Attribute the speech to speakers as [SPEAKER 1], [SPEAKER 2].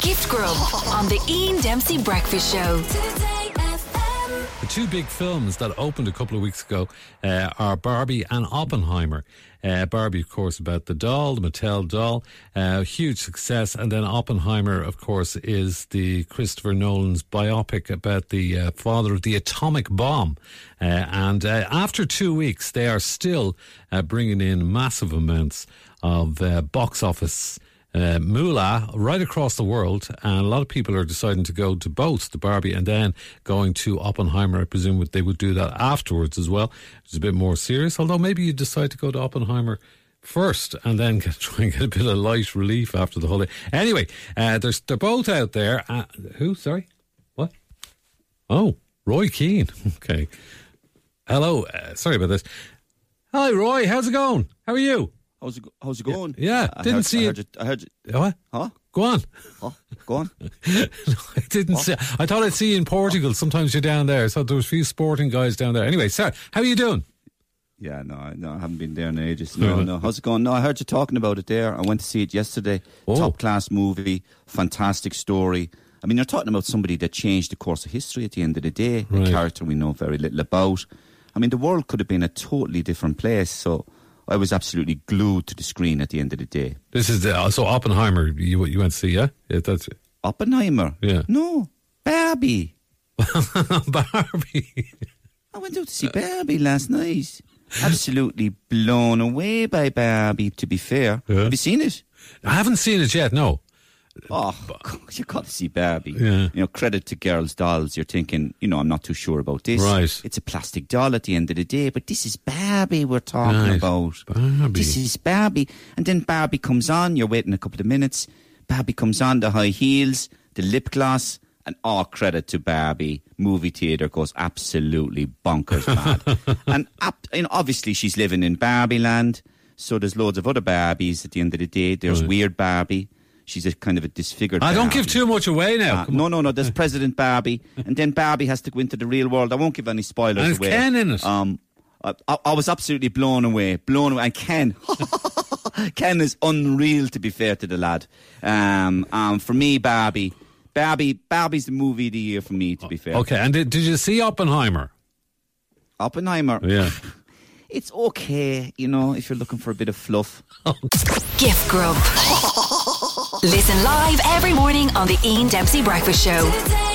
[SPEAKER 1] Gift Grub on the Ian Dempsey Breakfast Show.
[SPEAKER 2] Today FM.
[SPEAKER 3] The two big films that opened a couple of weeks ago uh, are Barbie and Oppenheimer. Uh, Barbie, of course, about the doll, the Mattel doll, uh, huge success. And then Oppenheimer, of course, is the Christopher Nolan's biopic about the uh, father of the atomic bomb. Uh, and uh, after two weeks, they are still uh, bringing in massive amounts of uh, box office uh, moolah right across the world, and a lot of people are deciding to go to both the Barbie and then going to Oppenheimer. I presume that they would do that afterwards as well. It's a bit more serious, although maybe you decide to go to Oppenheimer first and then get, try and get a bit of light relief after the holiday. Anyway, uh, there's, they're both out there. Uh, who? Sorry, what? Oh, Roy Keane. Okay. Hello. Uh, sorry about this. Hi, Roy. How's it going? How are you?
[SPEAKER 4] How's it, go- how's it going?
[SPEAKER 3] yeah,
[SPEAKER 4] I
[SPEAKER 3] didn't
[SPEAKER 4] heard,
[SPEAKER 3] see
[SPEAKER 4] I
[SPEAKER 3] it.
[SPEAKER 4] heard you. I heard you.
[SPEAKER 3] What?
[SPEAKER 4] Huh?
[SPEAKER 3] Go on.
[SPEAKER 4] Huh? Go on.
[SPEAKER 3] No, I didn't see. I thought I'd see you in Portugal. Sometimes you're down there. So there was a few sporting guys down there. Anyway, sir, how are you doing?
[SPEAKER 4] Yeah, no, I- no, I haven't been there in ages.
[SPEAKER 3] Fair
[SPEAKER 4] No,
[SPEAKER 3] enough.
[SPEAKER 4] no. How's it going? No, I heard you talking about it there. I went to see it yesterday.
[SPEAKER 3] Oh.
[SPEAKER 4] Top class movie, fantastic story. I mean, you're talking about somebody that changed the course of history at the end of the day,
[SPEAKER 3] Right.
[SPEAKER 4] a character we know very little about. I mean, the world could have been a totally different place. So I was absolutely glued to the screen at the end of the day.
[SPEAKER 3] This is the, uh, so Oppenheimer. You you went to see? Yeah, yeah. That's
[SPEAKER 4] Oppenheimer?
[SPEAKER 3] Yeah.
[SPEAKER 4] No, Barbie.
[SPEAKER 3] Barbie.
[SPEAKER 4] I went out to see Barbie last night. Absolutely blown away by Barbie, to be fair.
[SPEAKER 3] Yeah. Uh,
[SPEAKER 4] Have you seen it?
[SPEAKER 3] I haven't seen it yet. No.
[SPEAKER 4] Oh, you got to see Barbie.
[SPEAKER 3] Yeah.
[SPEAKER 4] You know, credit to Girls Dolls. You're thinking, you know, I'm not too sure about this.
[SPEAKER 3] Right.
[SPEAKER 4] It's a plastic doll at the end of the day, but this is Barbie we're talking
[SPEAKER 3] Right.
[SPEAKER 4] about.
[SPEAKER 3] Barbie.
[SPEAKER 4] This is Barbie. And then Barbie comes on. You're waiting a couple of minutes. Barbie comes on, the high heels, the lip gloss, and all credit to Barbie. Movie theatre goes absolutely bonkers mad. and ab- you know, obviously, she's living in Barbie land. So there's loads of other Barbies at the end of the day. There's weird Barbie. She's a kind of a disfigured
[SPEAKER 3] I don't give
[SPEAKER 4] Barbie.
[SPEAKER 3] too much away now.
[SPEAKER 4] Uh,
[SPEAKER 3] Come
[SPEAKER 4] no, no, no. There's President Barbie, and then Barbie has to go into the real world. I won't give any spoilers
[SPEAKER 3] And it's
[SPEAKER 4] away.
[SPEAKER 3] Ken in it.
[SPEAKER 4] Um, I, I, I was absolutely blown away, blown away. And Ken, Ken is unreal. To be fair to the lad, um, um, for me, Barbie, Barbie, Barbie's the movie of the year for me. To be fair,
[SPEAKER 3] on. Oh, Okay. And did, did you see Oppenheimer?
[SPEAKER 4] Oppenheimer.
[SPEAKER 3] Yeah.
[SPEAKER 4] It's okay, you know, if you're looking for a bit of fluff.
[SPEAKER 1] Gift Grub. Listen live every morning on the Ian Dempsey Breakfast Show.
[SPEAKER 2] Today